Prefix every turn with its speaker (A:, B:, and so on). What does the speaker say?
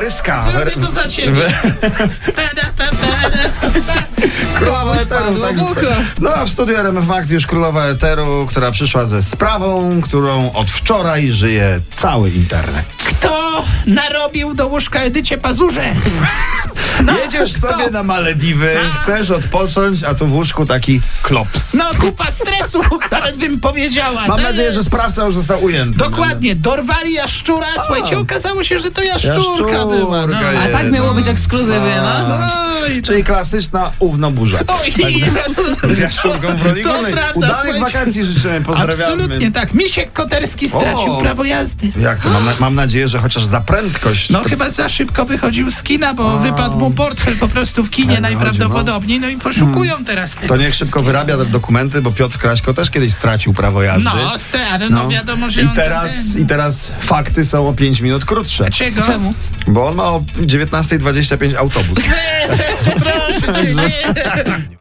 A: Pyska.
B: Zrobię to za ciebie. Pada, pa, pada, pa.
A: Królowa
B: Komuś
A: Eteru.
B: padło
A: tak-
B: w ucho.
A: No a w studiu RMF Max już królowa Eteru, która przyszła ze sprawą, którą od wczoraj żyje cały internet.
B: Kto narobił do łóżka Edycie pazurze? Tak,
A: Jedziesz sobie na Malediwy, chcesz odpocząć, a tu w łóżku taki klops.
B: No kupa stresu, nawet bym powiedziała.
A: Mam
B: Tak?
A: nadzieję, że sprawca już został ujęty.
B: Dokładnie, dorwali jaszczura, słuchajcie, okazało się, że to jaszczurka
A: Jaszczurka
B: była. No.
A: jest.
C: A tak miało być ekskluzywnie, no.
B: Oj,
A: Czyli klasyczna ównoburza.
B: oj,
A: tak.
B: no,
A: Z jaszczurką w roli
B: To
A: głównej.
B: prawda,
A: Udanych
B: słuchajcie.
A: wakacji życzymy, pozdrawiamy.
B: Absolutnie tak. Misiek Koterski stracił
A: O.
B: prawo jazdy.
A: Jak to? Mam, na- mam nadzieję, że chociaż za prędkość.
B: No chyba za szybko wychodził z kina, bo wypadł mu portfel po prostu w kinie najprawdopodobniej. No i poszukują teraz.
A: Hmm. To niech szybko wyrabia te dokumenty, bo Piotr Kraśko też kiedyś stracił prawo jazdy.
B: No, stary, no, wiadomo, że
A: I
B: on
A: teraz,
B: tam-
A: I teraz fakty są o 5 minut krótsze.
B: Czego?
C: Czemu?
A: Bo on ma o 19.25 autobus.
B: Proszę cię, nie.